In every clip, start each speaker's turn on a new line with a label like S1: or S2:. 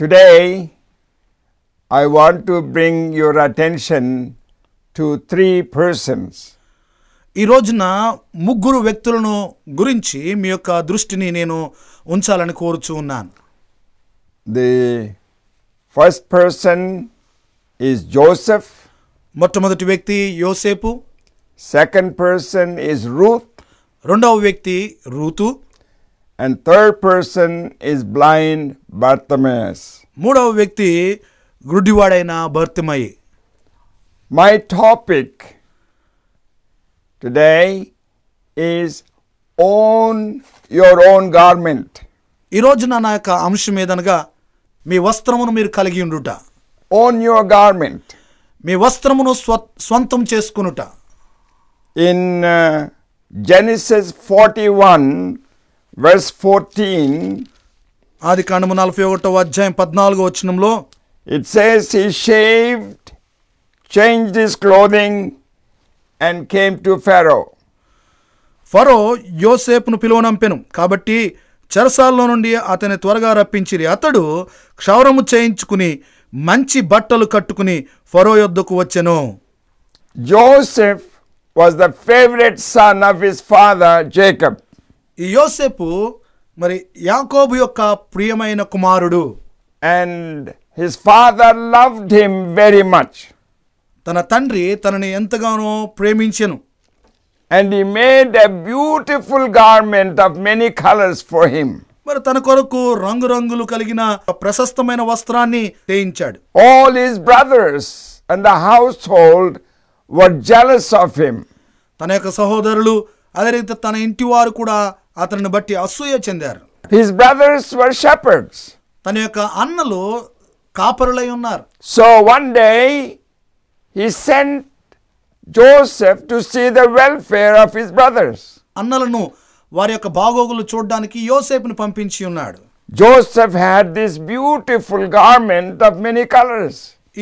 S1: Today, I want to bring your attention to three persons.
S2: ఈ రోజున ముగ్గురు వ్యక్తులను గురించి మీ యొక్క దృష్టిని నేను ఉంచాలని కోరుచూ ఉన్నాను
S1: The first person is Joseph,
S2: మొట్టమొదటి వ్యక్తి యోసేపు
S1: second person is Ruth,
S2: రెండవ వ్యక్తి Ruth
S1: and third person is blind Bartimaeus.
S2: మూడవ వ్యక్తి గుడ్డివాడైన భర్తిమయ్యి
S1: My topic today is own your own garment.
S2: ఈ రోజున నా యొక్క అంశం ఏదనగా మీ వస్త్రమును మీరు కలిగి ఉండుట
S1: Own your garment.
S2: మీ వస్త్రమును స్వ స్వంతం చేసుకునుట
S1: In uh, Genesis 41, verse 14,
S2: ఆది కాండము నలభై ఒకటవ అధ్యాయం పద్నాలుగో వచనంలో
S1: it says, He shaved, changed his clothing, and came to Pharaoh.
S2: ఫరో యోసేపును పిలువనంపెను కాబట్టి చెరసాల్లో నుండి అతని త్వరగా రప్పించిరి అతడు క్షౌరము చేయించుకుని మంచి బట్టలు కట్టుకుని ఫరో యొద్దకు వచ్చెను
S1: Joseph was the favorite son of his father Jacob.
S2: ఈ యోసేపు మరి యాకోబు యొక్క ప్రియమైన కుమారుడు
S1: and his father loved him very much.
S2: తన తండ్రి తనని ఎంతగానో ప్రేమించెను
S1: And he made a beautiful garment of many colors for him.
S2: మరి తన కొరకు రంగురంగులు కలిగిన ప్రశస్తమైన వస్త్రాన్ని చేయించాడు
S1: All his brothers and the household were jealous of him.
S2: తన యొక్క సహోదరులు అదే రీతి తన ఇంటి వారు కూడా అతనిని బట్టి అసూయ చెందారు
S1: His brothers were shepherds.
S2: తన యొక్క అన్నలు కాపరులై ఉన్నారు
S1: So one day he sent Joseph to see the welfare of his brothers.
S2: అన్నలను వారి యొక్క బాగోగులు చూడడానికి యోసేపుని పంపించి ఉన్నాడు
S1: Joseph had this beautiful garment of many colors.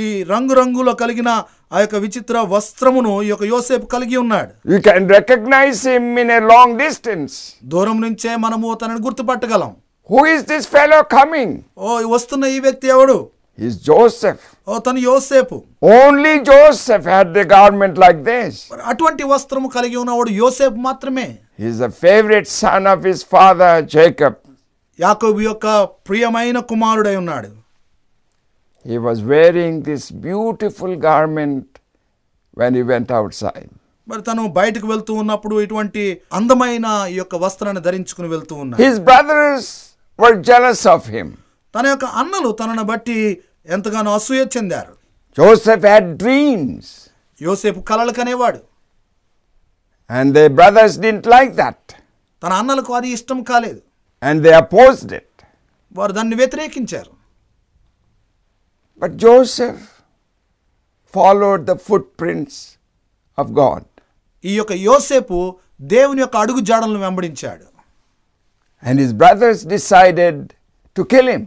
S2: ఈ రంగురంగులో కలిగిన ఆ యొక్క విచిత్ర వస్త్రమును ఈ యొక్క యోసేపు కలిగి ఉన్నాడు
S1: You can recognize him in a long distance.
S2: దూరం నుంచే మనము తనని గుర్తుపట్టగలం
S1: Who is this fellow coming?
S2: ఓ వస్తున్న ఈ వ్యక్తి ఎవడు
S1: He's Joseph.
S2: ఓ తను యోసేపు
S1: Only Joseph had the garment like this.
S2: మరి అటువంటి వస్త్రము కలిగి ఉన్నవాడు యోసేపు మాత్రమే
S1: He's the favorite son of his father Jacob.
S2: యాకోబు యొక్క ప్రియమైన కుమారుడై ఉన్నాడు
S1: He was wearing this beautiful garment when he went outside.
S2: మరి తను బయటకు వెళ్తూ ఉన్నప్పుడు ఇటువంటి అందమైన ఈ యొక్క వస్త్రాన్ని ధరించుకుని వెళ్తూ ఉన్నాడు
S1: His brothers were jealous of him.
S2: తన యొక్క అన్నలు తనను బట్టి ఎంతగానో అసూయ చెందారు
S1: Joseph had dreams,
S2: యోసేపు కలలు కనేవాడు
S1: and the brothers didn't like that,
S2: తన అన్నలకు అది ఇష్టం కాలేదు
S1: and they opposed it.
S2: వారు దాన్ని వ్యతిరేకించారు
S1: But Joseph followed the footprints of God.
S2: ఈ యొక్క యోసేపు దేవుని యొక్క అడుగు జాడలను వెంబడించాడు
S1: And his brothers decided to kill him.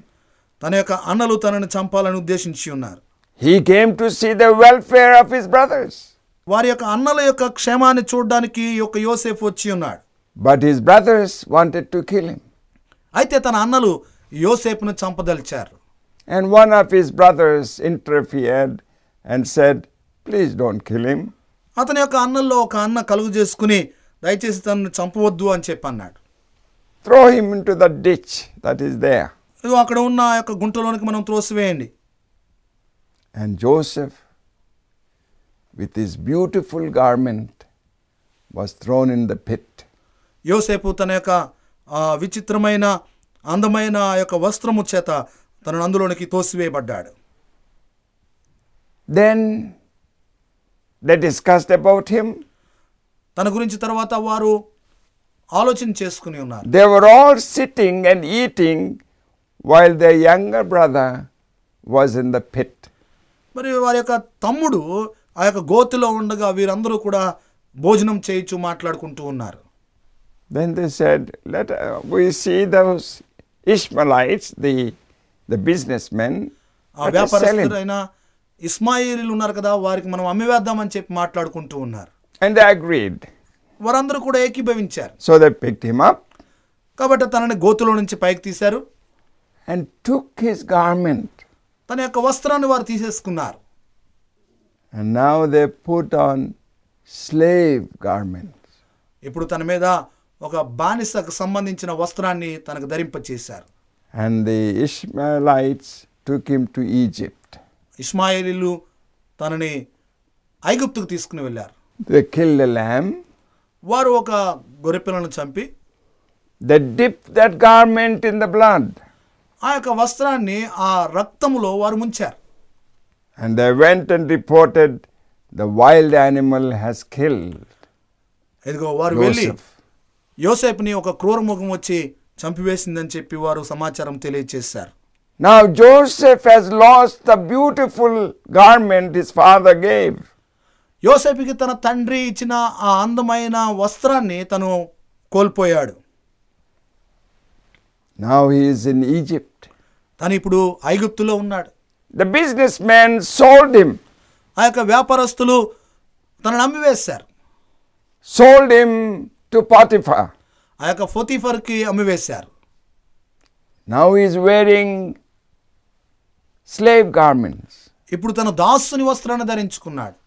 S2: తన యొక్క అన్నలు తనను చంపాలని ఉద్దేశించి ఉన్నారు
S1: He came to see the welfare of his brothers.
S2: వారి యొక్క అన్నల యొక్క క్షేమాన్ని చూడడానికి ఈ యొక్క యోసేపు వచ్చి ఉన్నాడు
S1: But his brothers wanted to kill him.
S2: అయితే తన అన్నలు యోసేపును చంపదలిచారు
S1: And one of his brothers interfered and said, Please don't kill him.
S2: అతని యొక్క అన్నల్లో ఒక అన్న కలుగు చేసుకుని దయచేసి తనను చంపవద్దు అని చెప్పి అన్నాడు
S1: Throw him into the ditch that is there.
S2: ఇదిగో అక్కడ ఉన్న ఆ యొక్క గుంటలోనికి మనం త్రోసివేయండి
S1: And Joseph, with his beautiful garment, was thrown in the pit.
S2: యోసేపు తన యొక్క ఆ, విచిత్రమైన అందమైన ఆ యొక్క వస్త్రము చేత తనను అందులోనికి తోసివేయబడ్డాడు
S1: Then they discussed about him.
S2: తన గురించి తర్వాత వారు ఆలోచన చేసుకుని ఉన్నారు
S1: They were all sitting and eating while their younger brother was in the pit.
S2: మరి వారి యొక్క తమ్ముడు ఆ యొక్క గోతిలో ఉండగా వీరందరూ కూడా భోజనం చేయించు మాట్లాడుకుంటూ ఉన్నారు
S1: Then they said, Let uh, we see those Ishmaelites, the, the businessmen.
S2: ఆ
S1: Let us sell him.
S2: వ్యాపారస్తులైన ఇస్మాయిలీలు ఉన్నారు కదా వారికి మనం అమ్మివేద్దామని చెప్పి మాట్లాడుకుంటూ ఉన్నారు
S1: And they agreed.
S2: వారందరూ కూడా ఏకీభవించారు
S1: So they picked him up
S2: కాబట్టి తనని గోతులో నుంచి పైకి తీశారు
S1: and took his garment.
S2: తన యొక్క వస్త్రాన్ని వారు తీసేసుకున్నారు
S1: And now they put on slave garments.
S2: ఇప్పుడు తన మీద ఒక బానిసకు సంబంధించిన వస్త్రాన్ని తనకు ధరింపచేశారు
S1: And the Ishmaelites took him to Egypt.
S2: ఇస్మాయిలీలు తనని ఐగుప్తుకు తీసుకుని వెళ్ళారు
S1: They killed a lamb.
S2: వారు ఒక గొర్రెపిల్లను చంపి
S1: They dipped that garment in the blood.
S2: ఆ యొక్క వస్త్రాన్ని ఆ రక్తములో వారు ముంచారు
S1: And they went and reported the wild animal has killed
S2: ఇదిగో వారు వెళ్ళి
S1: Joseph.
S2: యోసేపుని ఒక క్రూరముఖం వచ్చి చంపివేసిందని చెప్పి వారు సమాచారం తెలియచేశారు
S1: Now Joseph has lost the beautiful garment his father gave.
S2: యోసేపుకి తన తండ్రి ఇచ్చిన ఆ అందమైన వస్త్రాన్ని తను కోల్పోయాడు
S1: Now he is in Egypt.
S2: తను ఇప్పుడు ఐగుప్తులో ఉన్నాడు
S1: The businessman sold him,
S2: ఆ యొక్క వ్యాపారస్తులు తనను అమ్మివేశారు
S1: sold him to Potiphar.
S2: ఆ యొక్క ఫోతిఫర్కి అమ్మివేశారు
S1: Now he is wearing slave garments.
S2: ఇప్పుడు తన దాసుని వస్త్రాన్ని ధరించుకున్నాడు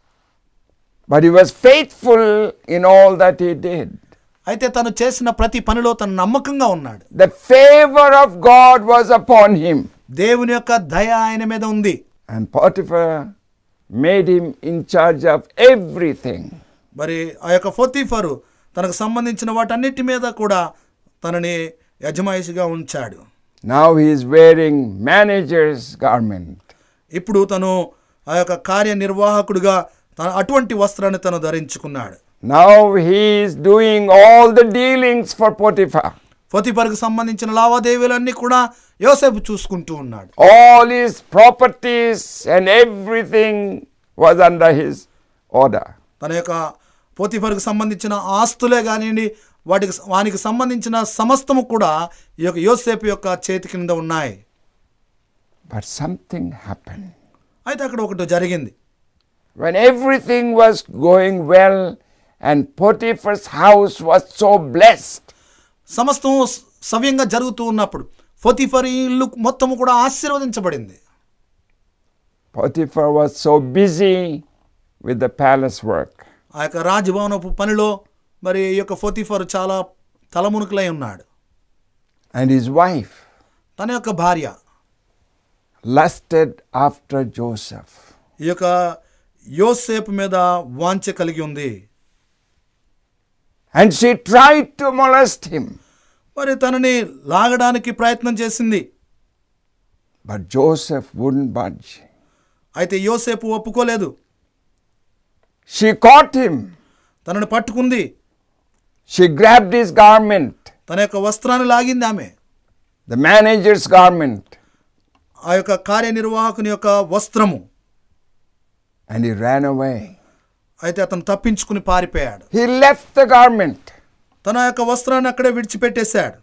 S1: But he was faithful in all that he did.
S2: అయితే తను చేసిన ప్రతి పనిలో తను నమ్మకంగా ఉన్నాడు
S1: The favor of God was upon him.
S2: దేవుని యొక్క దయ ఆయన మీద ఉంది
S1: And Potiphar made him in charge of everything.
S2: మరి ఆ యొక్క ఫోతిఫరు తనకు సంబంధించిన వాటన్నిటి మీద కూడా తనని యజమాయిషిగా ఉంచాడు
S1: Now he is wearing manager's garment.
S2: ఇప్పుడు తను ఆ యొక్క కార్యనిర్వాహకుడిగా తన అటువంటి వస్త్రాన్ని తను ధరించుకున్నాడు
S1: Now he is doing all the dealings for Potiphar.
S2: ఫోతిఫర్కు సంబంధించిన లావాదేవీలన్నీ కూడా యోసేపు చూసుకుంటూ ఉన్నాడు
S1: All his properties and everything was under his order.
S2: తన యొక్క పోతిఫర్కు సంబంధించిన ఆస్తులే కానివ్వండి వాటికి వానికి సంబంధించిన సమస్తము కూడా ఈ యొక్క యోసేపు యొక్క చేతి కింద ఉన్నాయి
S1: But something happened.
S2: అయితే అక్కడ ఒకటి జరిగింది
S1: When everything was going well and Potiphar's house was so blessed,
S2: సమస్తం స- సవ్యంగా జరుగుతూ ఉన్నప్పుడు పోతిఫర్ ఈ ఇల్లు మొత్తము కూడా ఆశీర్వదించబడింది
S1: Potiphar was so busy with the palace work.
S2: ఆ యొక్క రాజభవనపు పనిలో మరి ఈ యొక్క పోతిఫర్ చాలా తలమునుకులై ఉన్నాడు
S1: And his wife
S2: తన యొక్క భార్య
S1: lusted after Joseph.
S2: ఈ యొక్క యోసేపు మీద వాంఛ కలిగి ఉంది
S1: And she tried to molest him.
S2: మరి తనని లాగడానికి ప్రయత్నం చేసింది
S1: But Joseph wouldn't budge.
S2: అయితే యోసేపు ఒప్పుకోలేదు
S1: She caught him.
S2: తనను పట్టుకుంది
S1: She grabbed his garment,
S2: తన యొక్క వస్త్రాన్ని లాగింది ఆమె
S1: the manager's garment,
S2: ఆ యొక్క కార్యనిర్వాహకుని యొక్క వస్త్రము
S1: and he ran away.
S2: అయితే అతను తప్పించుకుని పారిపోయాడు
S1: He left the garment
S2: తన యొక్క వస్త్రాన్ని అక్కడే విడిచిపెట్టేశాడు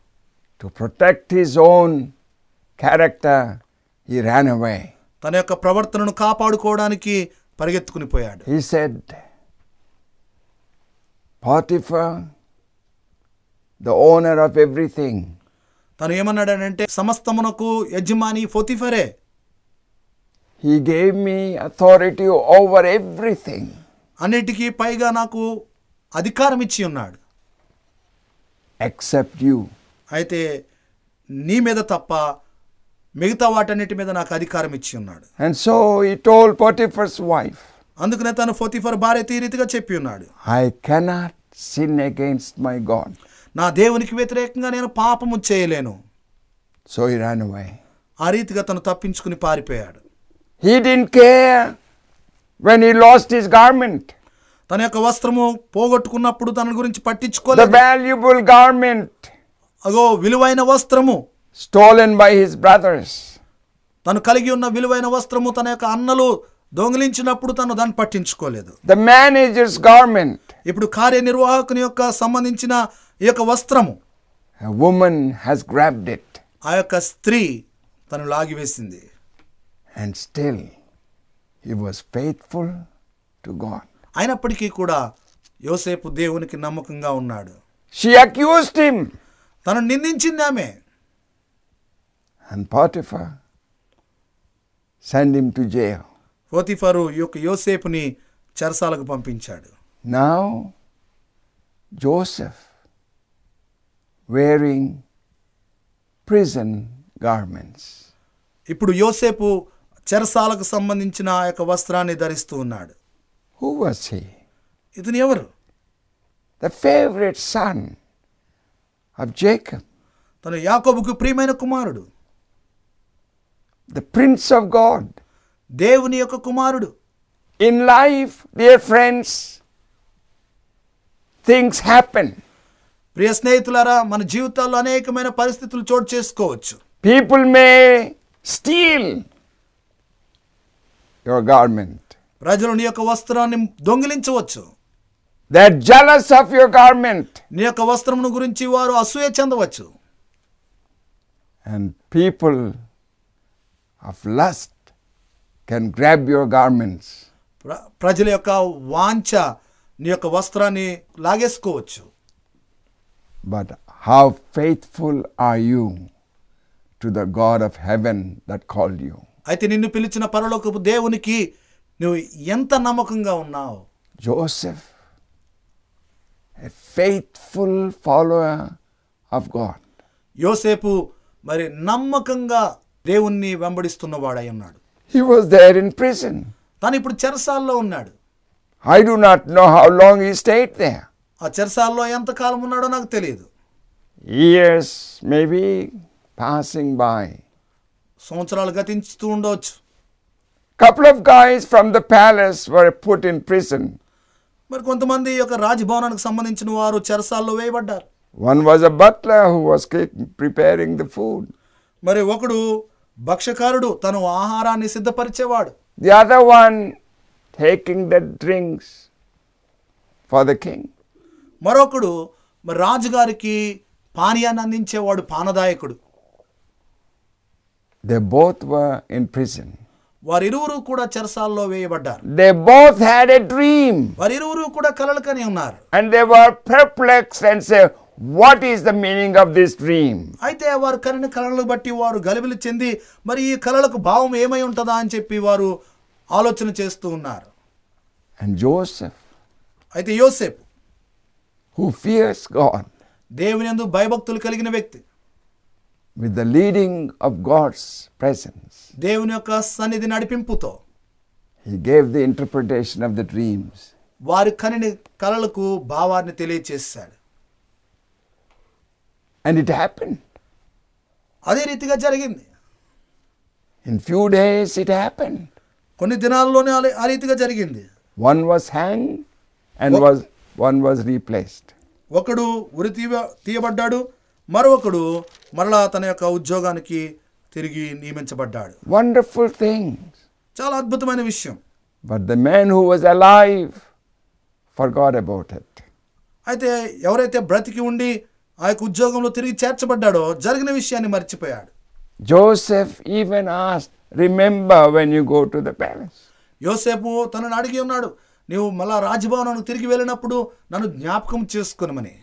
S1: to protect his own character. He ran away.
S2: తన యొక్క ప్రవర్తనను కాపాడుకోవడానికి పరిగెత్తుకుని పోయాడు
S1: He said, Potiphar, the owner of everything,
S2: తను ఏమన్నాడనంటే సమస్తమునకు యజమాని ఫోతిఫరే
S1: he gave me authority over everything
S2: అన్నిటికీ పైగా నాకు అధికారం ఇచ్చి ఉన్నాడు
S1: except you.
S2: అయితే నీ మీద తప్ప మిగతా వాటన్నిటి మీద నాకు అధికారం ఇచ్చి ఉన్నాడు
S1: And so he told Potiphar's wife,
S2: అందుకనే తను ఫోతిఫర్ భార్యతో ఈ రీతిగా చెప్పి ఉన్నాడు
S1: I cannot sin against my God.
S2: నా దేవునికి వ్యతిరేకంగా నేను పాపము చేయలేను
S1: So he ran away.
S2: ఆ రీతిగా తను తప్పించుకుని పారిపోయాడు
S1: He didn't care when he lost his garment,
S2: తన యొక్క వస్త్రము పోగొట్టుకున్నప్పుడు తన గురించి
S1: the
S2: పట్టించుకోలేదు
S1: valuable garment
S2: అగో విలువైన వస్త్రము
S1: stolen by his brothers.
S2: తను కలిగి ఉన్న విలువైన వస్త్రము తన యొక్క అన్నలు దొంగిలించినప్పుడు తను దాన్ని పట్టించుకోలేదు
S1: The manager's garment.
S2: ఇప్పుడు కార్యనిర్వాహకుని యొక్క సంబంధించిన ఈ యొక్క వస్త్రము
S1: A woman has grabbed it,
S2: ఆ యొక్క స్త్రీ తను లాగివేసింది
S1: and still he was faithful to God.
S2: అయినప్పటికీ కూడా యోసేపు దేవునికి నమ్మకంగా ఉన్నాడు
S1: She accused him,
S2: తను నిందించింది ఆమె
S1: And Potiphar sent him to jail.
S2: పోతిఫారు ఈ యొక్క యోసేపుని చెరసాలకు పంపించాడు
S1: Now, Joseph, wearing prison garments,
S2: ఇప్పుడు యోసేపు చెరసాలకు సంబంధించిన ఆ యొక్క వస్త్రాన్ని ధరిస్తూ ఉన్నాడు
S1: who was he?
S2: ఇతను ఎవరు
S1: The favorite son of Jacob,
S2: తను యాకోబుకు ప్రియమైన కుమారుడు
S1: the prince of God.
S2: దేవుని యొక్క కుమారుడు
S1: In life, dear friends, things happen.
S2: ప్రియ స్నేహితులారా మన జీవితాల్లో అనేకమైన పరిస్థితులు చోటు చేసుకోవచ్చు
S1: People may steal your garment.
S2: ప్రజలు నీ యొక్క వస్త్రాన్ని దొంగిలించవచ్చు
S1: They're jealous of your garment.
S2: నీ యొక్క వస్త్రమును గురించి వారు అసూయ చెందవచ్చు
S1: And people of lust can grab your garments.
S2: ప్ర ప్రజల యొక్క వాంఛ నీ యొక్క వస్త్రాన్ని లాగేసుకోవచ్చు
S1: But how faithful are you to the God of heaven that called you?
S2: అయితే నిన్ను పిలిచిన పరలోకపు దేవునికి నువ్వు ఎంత నమ్మకంగా ఉన్నావు
S1: Joseph, a faithful follower of God.
S2: యోసేపు మరి నమ్మకంగా దేవుణ్ణి వెంబడిస్తున్నవాడై ఉన్నాడు
S1: He was there in prison.
S2: తను ఇప్పుడు చెరసాల్లో ఉన్నాడు
S1: I do not know how long he stayed there.
S2: ఆ చెరసాల్లో ఎంతకాలం ఉన్నాడో నాకు తెలియదు
S1: Years maybe passing by.
S2: సంవత్సరాలు గతించుతూ ఉండవచ్చు
S1: Couple of guys from the palace were put in prison.
S2: మరి కొంతమంది ఈ యొక్క రాజభవనానికి సంబంధించిన వారు చెరసాల్లో వేయబడ్డారు
S1: One was a butler who was ca- preparing the food.
S2: మరి ఒకడు భక్షకారుడు తను ఆహారాన్ని సిద్ధపరిచేవాడు
S1: The other one taking the drinks for the king.
S2: మరొకడు మరి రాజుగారికి పానీయాన్ని అందించేవాడు పానదాయకుడు
S1: They both were in prison.
S2: వారిరువురు కూడా చెరసాల్లో వేయబడ్డారు
S1: They both had a dream.
S2: వారిరువురు కూడా కలలుకని ఉన్నారు
S1: And they were perplexed and said, What is the meaning of this dream?
S2: అయితే వారు కనిన కళలను బట్టి వారు గలిబిలి చెంది మరి ఈ కళలకు భావం ఏమై ఉంటుందా అని చెప్పి వారు ఆలోచన చేస్తూ ఉన్నారు
S1: And Joseph,
S2: అయితే యోసేపు
S1: who fears God
S2: దేవుని యందు భయభక్తులు కలిగిన వ్యక్తి
S1: with the leading of God's presence,
S2: దేవుని యొక్క సన్నిధి నడిపింపుతో
S1: he gave the interpretation of the dreams.
S2: వారు కనిని కళలకు భావాన్ని తెలియచేశాడు
S1: And it happened.
S2: అదే రీతిగా జరిగింది
S1: In few days it happened.
S2: కొన్ని దినాల్లోనే ఆ రీ- ఆ రీతిగా జరిగింది
S1: One was hanged and
S2: What?
S1: was one was replaced.
S2: ఒకడు ఉరి తీయ తీయబడ్డాడు మరొకడు మరలా తన యొక్క ఉద్యోగానికి తిరిగి నియమించబడ్డాడు
S1: Wonderful things.
S2: చాలా అద్భుతమైన విషయం
S1: But the man who was alive forgot about it.
S2: అయితే ఎవరైతే బ్రతికి ఉండి ఆ యొక్క ఉద్యోగంలో తిరిగి చేర్చబడ్డాడో జరిగిన విషయాన్ని మర్చిపోయాడు
S1: Joseph even asked, Remember when you go to the palace.
S2: యోసేపు తనను అడిగి ఉన్నాడు నీవు మళ్ళా రాజభవనానికి తిరిగి వెళ్ళినప్పుడు నన్ను జ్ఞాపకం చేసుకునమని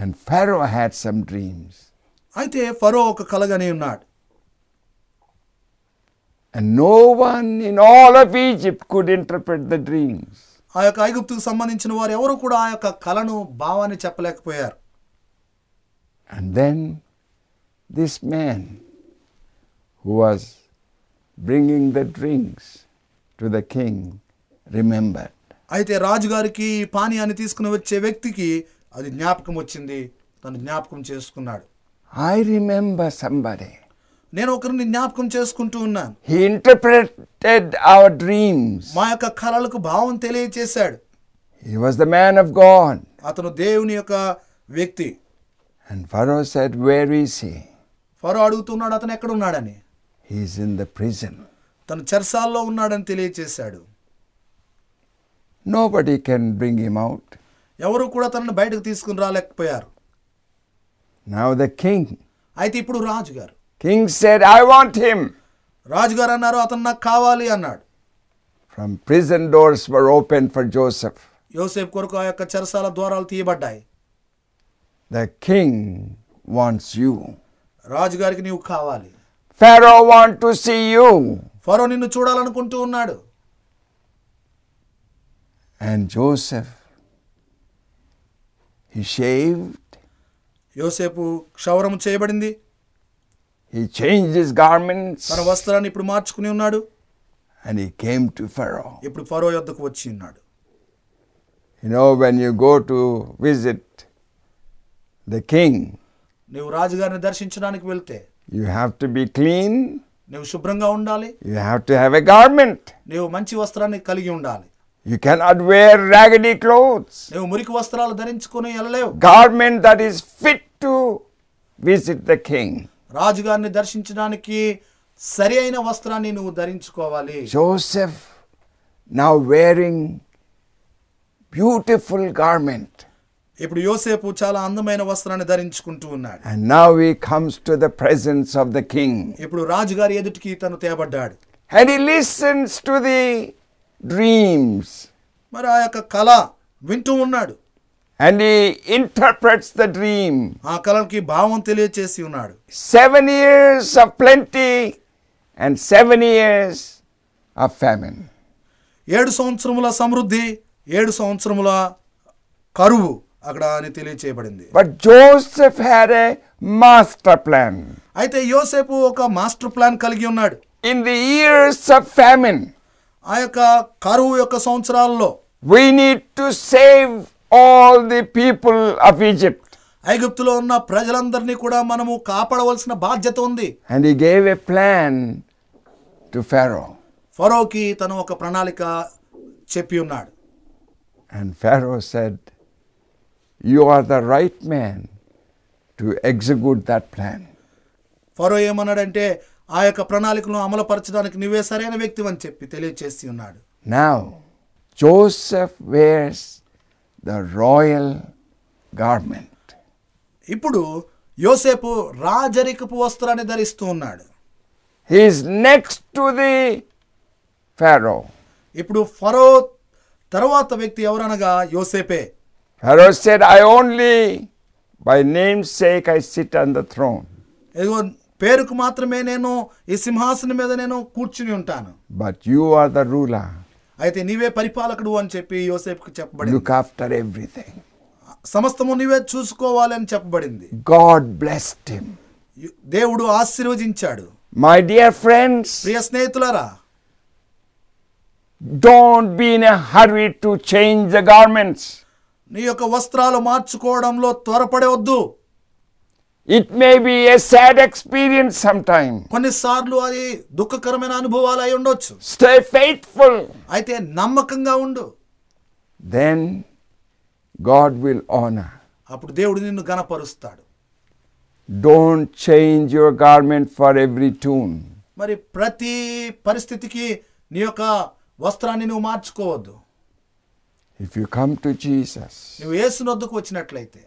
S1: And Pharaoh had some dreams.
S2: అయితే ఫరో ఒక కలగని ఉన్నాడు
S1: And no one in all of Egypt could interpret the dreams.
S2: ఆ యొక్క ఐగుప్తుకు సంబంధించిన వారు ఎవరు కూడా ఆ యొక్క కళను భావాన్ని చెప్పలేకపోయారు
S1: And then this man who was bringing the drinks to the king remembered.
S2: అయితే రాజుగారికి ఈ పానీయాన్ని తీసుకుని వచ్చే వ్యక్తికి అది జ్ఞాపకం వచ్చింది తను జ్ఞాపకం చేసుకున్నాడు
S1: I remember somebody.
S2: నేను ఒకరిని జ్ఞాపకం చేసుకుంటూ ఉన్నాను
S1: He interpreted our dreams.
S2: మా యొక్క కళలకు భావం తెలియచేశాడు
S1: He was the man of God.
S2: అతను దేవుని యొక్క వ్యక్తి
S1: And Pharaoh said, Where is he?
S2: ఫరో అడుగుతున్నాడు అతను ఎక్కడున్నాడని
S1: He is in the prison.
S2: తను చెరసాల్లో ఉన్నాడని తెలియచేశాడు
S1: Nobody can bring him out.
S2: ఎవరు కూడా తనను బయటకు తీసుకుని రాలేకపోయారు
S1: Now the king.
S2: అయితే ఇప్పుడు రాజుగారు
S1: King said, I want him.
S2: రాజుగారు అన్నారు అతను నాకు కావాలి అన్నాడు
S1: From prison doors were opened for Joseph.
S2: యోసేపు కొరకు ఆ యొక్క చెరసాల ద్వారాలు తీయబడ్డాయి
S1: The king wants you.
S2: రాజుగారికి నీవు కావాలి
S1: Pharaoh want to see you.
S2: ఫరో నిన్ను చూడాలనుకుంటూ ఉన్నాడు
S1: And Joseph, he shaved,
S2: యోసేపు క్షౌరము చేయబడింది
S1: he changed his garments,
S2: తన వస్త్రాన్ని ఇప్పుడు మార్చుకుని ఉన్నాడు
S1: and he came to Pharaoh.
S2: ఇప్పుడు ఫరో యొద్దకు వచ్చి ఉన్నాడు
S1: You know, when you go to visit the king,
S2: నీవు రాజుగారిని దర్శించడానికి వెళ్తే
S1: you have to be clean,
S2: నీవు శుభ్రంగా ఉండాలి
S1: you have to have a garment.
S2: నీవు మంచి వస్త్రాన్ని కలిగి ఉండాలి
S1: You cannot wear raggedy clothes,
S2: నీవు మురికి వస్త్రాలు ధరించుకుని వెళ్ళలేవు
S1: garment that is fit to visit the king.
S2: రాజుగారిని దర్శించడానికి సరి అయిన వస్త్రాన్ని నువ్వు ధరించుకోవాలి
S1: Joseph now wearing beautiful garment.
S2: ఇప్పుడు యోసేపు చాలా అందమైన వస్త్రాన్ని ధరించుకుంటూ ఉన్నాడు
S1: And now he comes to the presence of the king.
S2: ఇప్పుడు రాజుగారి ఎదుటికి తను తేబడ్డాడు
S1: And he listens to the dreams.
S2: మరి ఆ యొక్క కళ వింటూ ఉన్నాడు
S1: And he interprets the dream.
S2: ఆ కళకి భావం తెలియచేసి ఉన్నాడు
S1: Seven years of plenty and seven years of famine.
S2: ఏడు సంవత్సరముల సమృద్ధి ఏడు సంవత్సరముల కరువు అక్కడ అని తెలియచేయబడింది
S1: But Joseph had a master plan.
S2: అయితే యోసేపు ఒక మాస్టర్ ప్లాన్ కలిగి ఉన్నాడు
S1: In the years of famine,
S2: ఆ యొక్క కరువు యొక్క సంవత్సరాల్లో
S1: we need to save all the people of Egypt.
S2: ఐగుప్తులో ఉన్న ప్రజలందరినీ కూడా మనము కాపాడవలసిన బాధ్యత ఉంది
S1: And he gave a plan to Pharaoh.
S2: ఫరోకి తను ఒక ప్రణాళిక చెప్పి ఉన్నాడు
S1: And Pharaoh said, You are the right man to execute that plan.
S2: ఫరో ఏమన్నాడంటే ఆ యొక్క ప్రణాళికను అమలుపరచడానికి నువ్వే సరైన వ్యక్తి అని చెప్పి తెలియచేసి ఉన్నాడు
S1: Now, Joseph wears the royal garment.
S2: ఇప్పుడు యోసేపు రాజరికపు వస్త్రాన్ని ధరిస్తూ ఉన్నాడు
S1: He is next to the Pharaoh.
S2: ఇప్పుడు ఫరో తర్వాత వ్యక్తి ఎవరనగా యోసేపే
S1: Pharaoh said, I only, by name's sake, I sit on the throne,
S2: ఇదిగో పేరుకు మాత్రమే నేను ఈ సింహాసనం మీద నేను కూర్చుని ఉంటాను
S1: but you are the ruler.
S2: అయితే నీవే పరిపాలకుడు అని చెప్పి యోసేపుకు చెప్పబడింది
S1: Look after everything.
S2: సమస్తము నీవే చూసుకోవాలి అని చెప్పబడింది
S1: God blessed him.
S2: యు- దేవుడు ఆశీర్వదించాడు
S1: My dear friends,
S2: ప్రియ స్నేహితులారా
S1: Don't be in a hurry to change the garments.
S2: నీ యొక్క వస్త్రాలు మార్చుకోవడంలో త్వరపడవద్దు
S1: It may be a sad experience sometime.
S2: కొన్నిసార్లు అది దుఃఖకరమైన అనుభవాలు అయి ఉండొచ్చు
S1: Stay faithful.
S2: అయితే నమ్మకంగా ఉండు
S1: Then God will honor.
S2: అప్పుడు దేవుడు నిన్ను గణపరుస్తాడు
S1: Don't change your garment for every tune.
S2: మరి ప్రతి పరిస్థితికి నీ యొక్క వస్త్రాన్ని నువ్వు మార్చుకోవద్దు
S1: If you come to Jesus,
S2: నువ్వు ఏసునొద్దుకు వచ్చినట్లయితే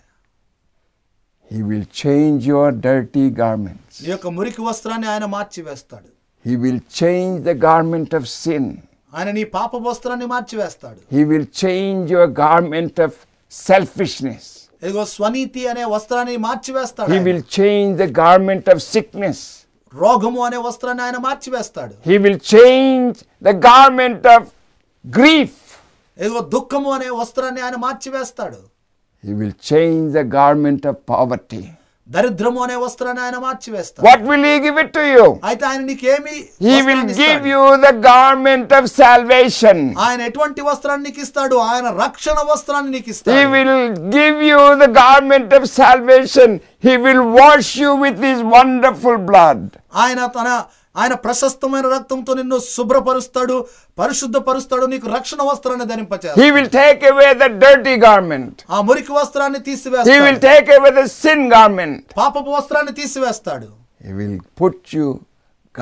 S1: He will change your dirty garments.
S2: నీ యొక్క మురికి వస్త్రాన్ని ఆయన మార్చి వేస్తాడు
S1: He will change the garment of sin.
S2: ఆయన నీ పాప వస్త్రాన్ని మార్చి వేస్తాడు
S1: He will change your garment of selfishness.
S2: ఇదిగో స్వనీతి అనే వస్త్రాన్ని మార్చివేస్తాడు
S1: He
S2: ఆయన.
S1: will change the garment of sickness.
S2: రోగము అనే వస్త్రాన్ని ఆయన మార్చివేస్తాడు
S1: He will change the garment of grief.
S2: ఇదిగో దుఃఖము అనే వస్త్రాన్ని ఆయన మార్చివేస్తాడు
S1: He will change the garment of poverty.
S2: దరిద్రము అనే వస్త్రాన్ని ఆయన మార్చివేస్తాడు
S1: What will He give it to you?
S2: అయితే ఆయన నీకేమి
S1: He will
S2: వస్త్రాన్ని
S1: give
S2: ఇస్తాడు?
S1: you the garment of salvation.
S2: ఆయన ఎటువంటి వస్త్రాన్ని నీకు ఇస్తాడు ఆయన రక్షణ వస్త్రాన్ని నీకు
S1: He
S2: ఇస్తాడు
S1: will give you the garment of salvation. He will wash you with His wonderful blood.
S2: ఆయన తన ఆయన ప్రశస్తమైన రక్తంతో నిన్ను శుభ్రపరుస్తాడు పరిశుద్ధపరుస్తాడు నీకు రక్షణ వస్త్రాన్ని ధరింపచేస్తాడు
S1: He will take away the dirty garment.
S2: ఆ మురికి వస్త్రాన్ని
S1: He will
S2: తీసివేస్తాడు
S1: take away the sin garment.
S2: పాపపు వస్త్రాన్ని తీసివేస్తాడు
S1: He will put you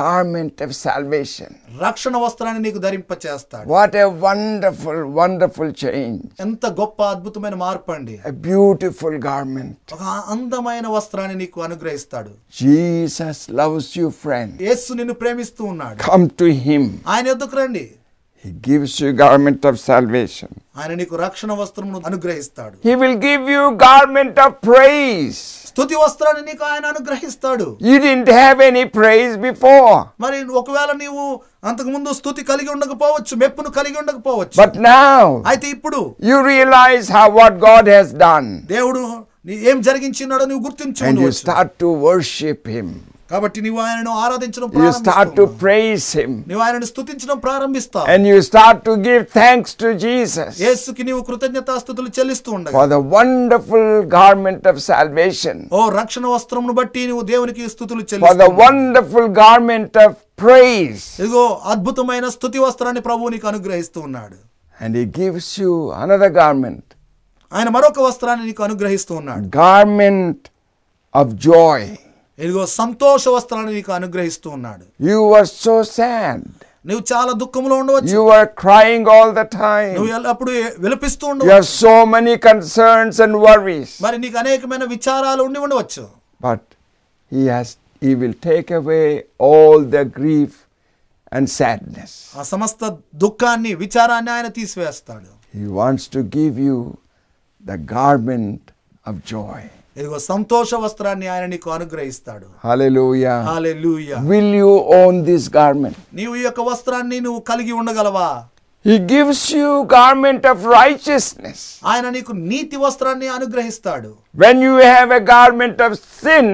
S1: garment of salvation.
S2: రక్షణ వస్త్రాన్ని నీకు ధరింపచేస్తాడు
S1: What a wonderful, wonderful change.
S2: ఎంత గొప్ప అద్భుతమైన మార్పు అండి
S1: a beautiful garment.
S2: ఒక అందమైన వస్త్రాన్ని నీకు అనుగ్రహిస్తాడు
S1: Jesus loves you, friend.
S2: యేసు నిన్ను ప్రేమిస్తూ ఉన్నాడు
S1: Come to Him.
S2: ఆయన ఎద్దుకు రండి
S1: He gives you garment of salvation.
S2: ఆయన నీకు రక్షణ వస్త్రమును అనుగ్రహిస్తాడు
S1: He will give you garment of praise.
S2: స్థుతి వస్త్రాన్ని నీకు ఆయన అనుగ్రహిస్తాడు
S1: You didn't have any praise before,
S2: మరి ఒకవేళ నీవు అంతకుముందు స్థుతి కలిగి ఉండకపోవచ్చు మెప్పును కలిగి ఉండకపోవచ్చు
S1: but now
S2: అయితే ఇప్పుడు
S1: you realize how what God has done
S2: దేవుడు నీ ఏం జరిగించినాడో నువ్వు గుర్తించు
S1: and you
S2: ఉండవచ్చు.
S1: start to worship Him.
S2: కాబట్టి నీవు ఆయనను ఆరాధించడం
S1: You start to
S2: ప్రారంభిస్తావు.
S1: praise Him
S2: నీవు ఆయనను స్థుతించడం ప్రారంభిస్తావు
S1: and you start to give thanks to Jesus
S2: యేసుకి నీవు కృతజ్ఞతాస్థుతులు చెల్లిస్తూ ఉండగా
S1: for the wonderful garment of salvation,
S2: ఓ రక్షణ వస్త్రమును బట్టి నీవు దేవునికి స్థుతులు
S1: for
S2: చెల్లిస్తావు
S1: the wonderful garment of praise.
S2: ఇదిగో అద్భుతమైన స్థుతి వస్త్రాన్ని ప్రభువు నీకు అనుగ్రహిస్తూ ఉన్నాడు
S1: And He gives you another garment,
S2: ఆయన మరొక వస్త్రాన్ని నీకు అనుగ్రహిస్తూ ఉన్నాడు
S1: garment of joy.
S2: ఇదిగో సంతోష వస్త్రాన్ని నీకు అనుగ్రహిస్తూ ఉన్నాడు
S1: You were so sad.
S2: నువ్వు చాలా దుఃఖంలో ఉండవచ్చు
S1: You were crying all the
S2: నువ్వు
S1: time.
S2: ఎల్లప్పుడూ విలపిస్తూ
S1: You
S2: ఉండవచ్చు
S1: have so many concerns and worries.
S2: మరి నీకు అనేకమైన విచారాలు ఉండి ఉండవచ్చు
S1: But he has he will take away all the grief and sadness.
S2: ఆ సమస్త దుఃఖాన్ని విచారాన్ని ఆయన తీసివేస్తాడు
S1: He wants to give you the garment of joy.
S2: ఇదిగో సంతోష వస్త్రాన్ని ఆయన నీకు అనుగ్రహిస్తాడు
S1: Hallelujah.
S2: Hallelujah
S1: Will you own this garment?
S2: నీవు ఈ యొక్క వస్త్రాన్ని నువ్వు కలిగి ఉండగలవా
S1: He gives you garment of righteousness.
S2: ఆయన నీకు నీతి వస్త్రాన్ని అనుగ్రహిస్తాడు
S1: When you have a garment of sin,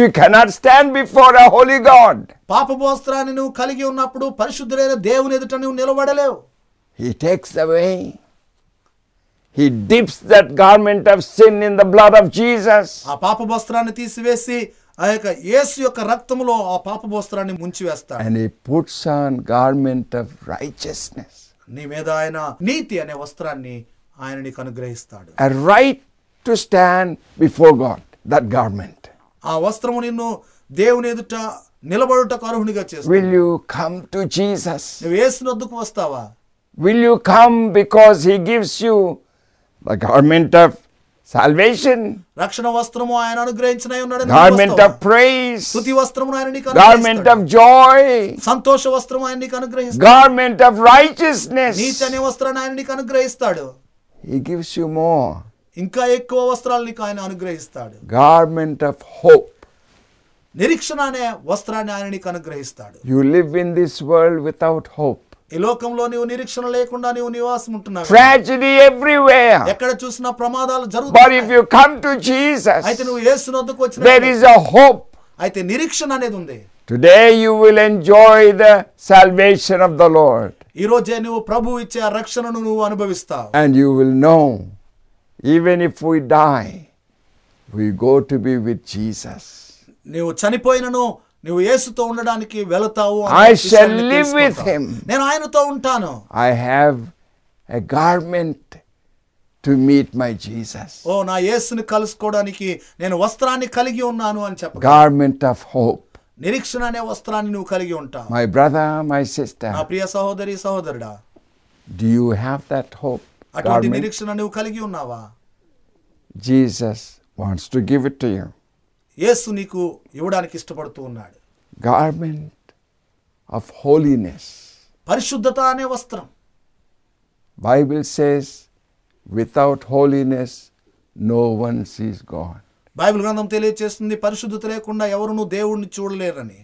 S1: you cannot stand before a holy God.
S2: పాపపు వస్త్రాన్ని నువ్వు కలిగి ఉన్నప్పుడు పరిశుద్ధులైన దేవుని ఎదుట నువ్వు నిలబడలేవు
S1: He takes away. He dips that garment of sin in the blood of Jesus.
S2: ఆ పాప వస్త్రాన్ని తీసివేసి ఆ యొక్క యేసు యొక్క రక్తములో ఆ పాప వస్త్రాన్ని ముంచివేస్తాడు
S1: And he puts on garment of righteousness.
S2: నీ మీద ఆయన నీతి అనే వస్త్రాన్ని ఆయన నీకు అనుగ్రహిస్తాడు
S1: A right to stand before God. That garment.
S2: ఆ వస్త్రము నిన్ను దేవుని ఎదుట నిలబడుటకు అర్హునిగా చేస్తాడు
S1: Will you come to Jesus?
S2: నువ్వు యేసు వద్దకు వస్తావా
S1: Will you come because he gives you the garment of salvation,
S2: రక్షణ వస్త్రము ఆయన అనుగ్రహించిన ఉన్నాడు
S1: garment of praise,
S2: స్థుతి వస్త్రము ఆయన నీకు
S1: garment
S2: అనుగ్రహిస్తాడు.
S1: of joy,
S2: సంతోష వస్త్రము ఆయన నీకు అనుగ్రహిస్తాడు
S1: garment of righteousness?
S2: నీతి అనే వస్త్రాన్ని ఆయన నీకు అనుగ్రహిస్తాడు
S1: He gives you more.
S2: ఇంకా ఎక్కువ వస్త్రాలు నీకు ఆయన అనుగ్రహిస్తాడు
S1: garment of hope.
S2: నిరీక్షణ అనే వస్త్రాన్ని ఆయన నీకు అనుగ్రహిస్తాడు
S1: You live in this world without hope.
S2: ఈ లోకంలో నీవు నిరీక్షణ లేకుండా నీవు నివాసం ఉంటున్నావు
S1: Tragedy everywhere.
S2: ఎక్కడ చూసినా ప్రమాదాలు
S1: But if
S2: జరుగుతాయి
S1: you come to
S2: అయితే
S1: Jesus,
S2: నువ్వు యేసునొద్దకు
S1: there
S2: వచ్చిన
S1: is a hope.
S2: అయితే నిరీక్షణ అనేది ఉంది
S1: Today you will enjoy the salvation of the Lord
S2: ఈ రోజే నువ్వు ప్రభు ఇచ్చే ఆ రక్షణను నువ్వు అనుభవిస్తావు
S1: and you will know even if we die, we go to be with Jesus.
S2: నీవు చనిపోయినను నువ్వు యేసుతో ఉండడానికి వెళతావు అనే
S1: I
S2: విషయాన్ని
S1: shall live
S2: తెలుసుకుంటావు.
S1: with him.
S2: నేను ఆయనతో ఉంటాను
S1: I have a garment to meet my Jesus,
S2: ఓ నా యేసుని కలుసుకోవడానికి నేను వస్త్రాన్ని కలిగి ఉన్నాను అని చెప్పగా
S1: garment of hope.
S2: నిరీక్షణ అనే వస్త్రాన్ని నువ్వు కలిగి ఉంటావు
S1: My brother, my
S2: నా
S1: sister,
S2: ప్రియ సహోదరి సహోదరుడా
S1: Do you have that hope?
S2: అటువంటి
S1: garment?
S2: నిరీక్షణ నువ్వు కలిగి ఉన్నావా
S1: Jesus wants to give it to you.
S2: యేసు నీకు ఇవ్వడానికి ఇష్టపడుతూ ఉన్నాడు
S1: Garment of holiness.
S2: పరిశుద్ధత అనే వస్త్రం
S1: Bible says, without holiness, no one sees God.
S2: Bible గ్రంథం తెలియజేస్తుంది పరిశుద్ధత లేకుండా ఎవరునూ దేవుణ్ణి చూడలేరని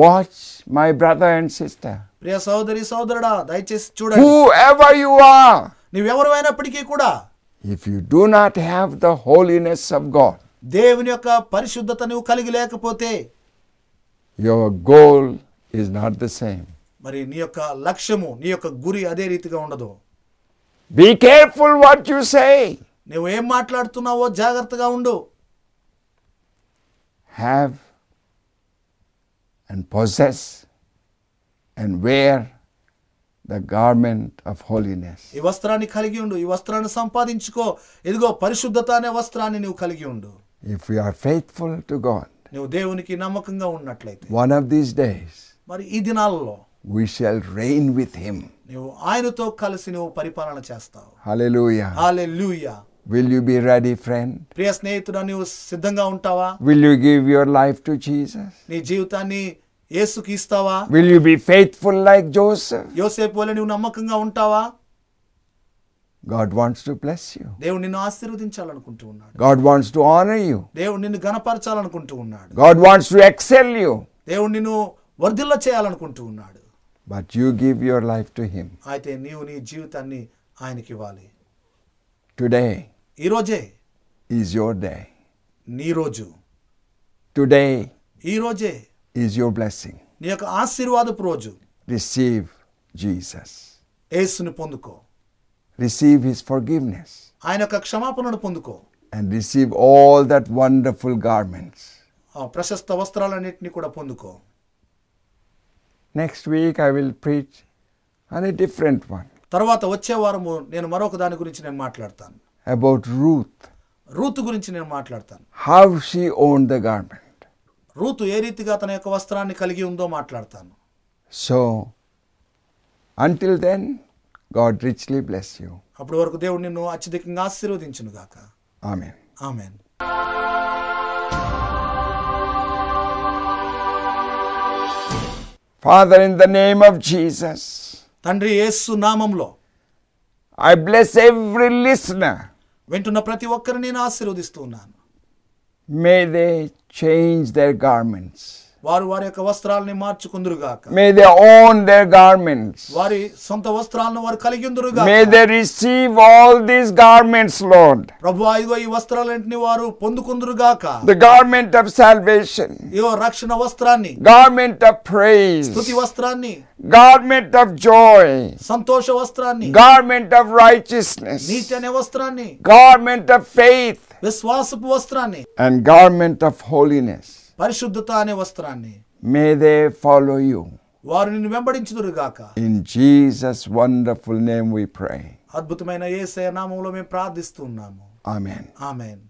S1: Watch, my brother and sister.
S2: ప్రియ సహోదరి సహోదరుడా దయచేసి చూడండి
S1: Whoever you are,
S2: నువ్వెవరు అయినప్పటికీ కూడా
S1: if you do not have the holiness of God,
S2: దేవుని యొక్క పరిశుద్ధత నువ్వు కలిగి లేకపోతే
S1: your goal is not the same.
S2: మరి నీ యొక్క లక్ష్యము నీ యొక్క గురి అదే రీతిగా ఉండదు
S1: Be careful what you say.
S2: నువ్వు ఏం మాట్లాడుతున్నావో జాగ్రత్తగా ఉండు
S1: have and possess and wear the garment of holiness.
S2: ఈ వస్త్రాన్ని కలిగి ఉండు ఈ వస్త్రాన్ని సంపాదించుకో ఇదిగో పరిశుద్ధత అనే వస్త్రాన్ని నువ్వు కలిగి ఉండు
S1: If we are faithful to God,
S2: నువ్వు దేవునికి నమ్మకంగా ఉన్నట్లయితే
S1: one of these days
S2: మరి ఈ దినాల్లో
S1: we shall reign with Him.
S2: నువ్వు ఆయనతో కలిసి నువ్వు పరిపాలన చేస్తావు
S1: Hallelujah.
S2: Hallelujah
S1: Will you be ready, friend?
S2: ప్రియ స్నేహితుడా నువ్వు సిద్ధంగా ఉంటావా
S1: Will you give your life to Jesus?
S2: నీ జీవితాన్ని యేసుకి ఇస్తావా
S1: Will you be faithful like Joseph?
S2: యోసేపు వల్ల నువ్వు నమ్మకంగా ఉంటావా
S1: God wants to bless you.
S2: దేవుడు నిన్ను ఆశీర్వదించాలనుకుంటూ ఉన్నాడు
S1: God wants to honor you.
S2: దేవుడు నిన్ను గణపరచాలనుకుంటూ ఉన్నాడు
S1: God wants to excel you.
S2: దేవుడు నిన్ను వర్ధిల్ల చేయాలనుకుంటూ ఉన్నాడు
S1: But you give your life to Him
S2: అయితే నీవు నీ జీవితాన్ని ఆయనకి ఇవ్వాలి
S1: today.
S2: ఈరోజే
S1: is your day.
S2: నీ రోజు
S1: Today
S2: ఈ రోజే
S1: is your blessing.
S2: నీ యొక్క ఆశీర్వాదపు రోజు
S1: Receive Jesus.
S2: యేసుని పొందుకో
S1: Receive His forgiveness
S2: ఆయన యొక్క క్షమాపణను పొందుకో
S1: and receive all that wonderful garments.
S2: ఆ ప్రశస్త వస్త్రాలన్నింటినీ కూడా పొందుకో
S1: Next week I will preach on a different one
S2: తర్వాత వచ్చే వారము నేను మరొక దాని గురించి నేను మాట్లాడతాను
S1: about Ruth,
S2: రూతు గురించి నేను మాట్లాడతాను
S1: how she owned the garment.
S2: Ruth ఏ రీతిగా తన యొక్క వస్త్రాన్ని కలిగి ఉందో మాట్లాడతాను
S1: So, until then, God richly bless you.
S2: అప్పటి వరకు దేవుడు నిన్ను అత్యధికంగా ఆశీర్వదించును గాక
S1: Amen.
S2: Amen
S1: Father, in the name of Jesus,
S2: తండ్రి యేసు నామంలో
S1: I bless every listener.
S2: వింటున్న ప్రతి ఒక్కరిని నేను ఆశీర్వదిస్తూ ఉన్నాను
S1: May they change their garments.
S2: వారు వారి యొక్క వస్త్రాలని మార్చుకుందురుగాక
S1: May they own their garments.
S2: వారి సొంత వస్త్రాలను వారు కలిగి
S1: May
S2: ఉందురుగాక
S1: they receive all these garments, Lord.
S2: ప్రభు ఇదిగో ఈ వస్త్రాలన్నింటినీ వారు పొందుకుందురుగాక
S1: The garment of salvation,
S2: ఇదిగో రక్షణ వస్త్రాన్ని
S1: garment of praise,
S2: స్తుతి వస్త్రాన్ని
S1: garment of joy,
S2: సంతోష వస్త్రాన్ని
S1: garment of righteousness,
S2: నీతి అనే వస్త్రాన్ని
S1: garment of faith,
S2: విశ్వాసపు వస్త్రాన్ని
S1: and garment of holiness.
S2: పరిశుద్ధత అనే వస్త్రాన్ని
S1: May they follow you.
S2: వారు నిన్ను వెంబడించుదురుగాక
S1: In Jesus' wonderful name we pray.
S2: అద్భుతమైన ఏసయ నామంలో మేము ప్రార్థిస్తున్నాము
S1: Amen.
S2: ఆమెన్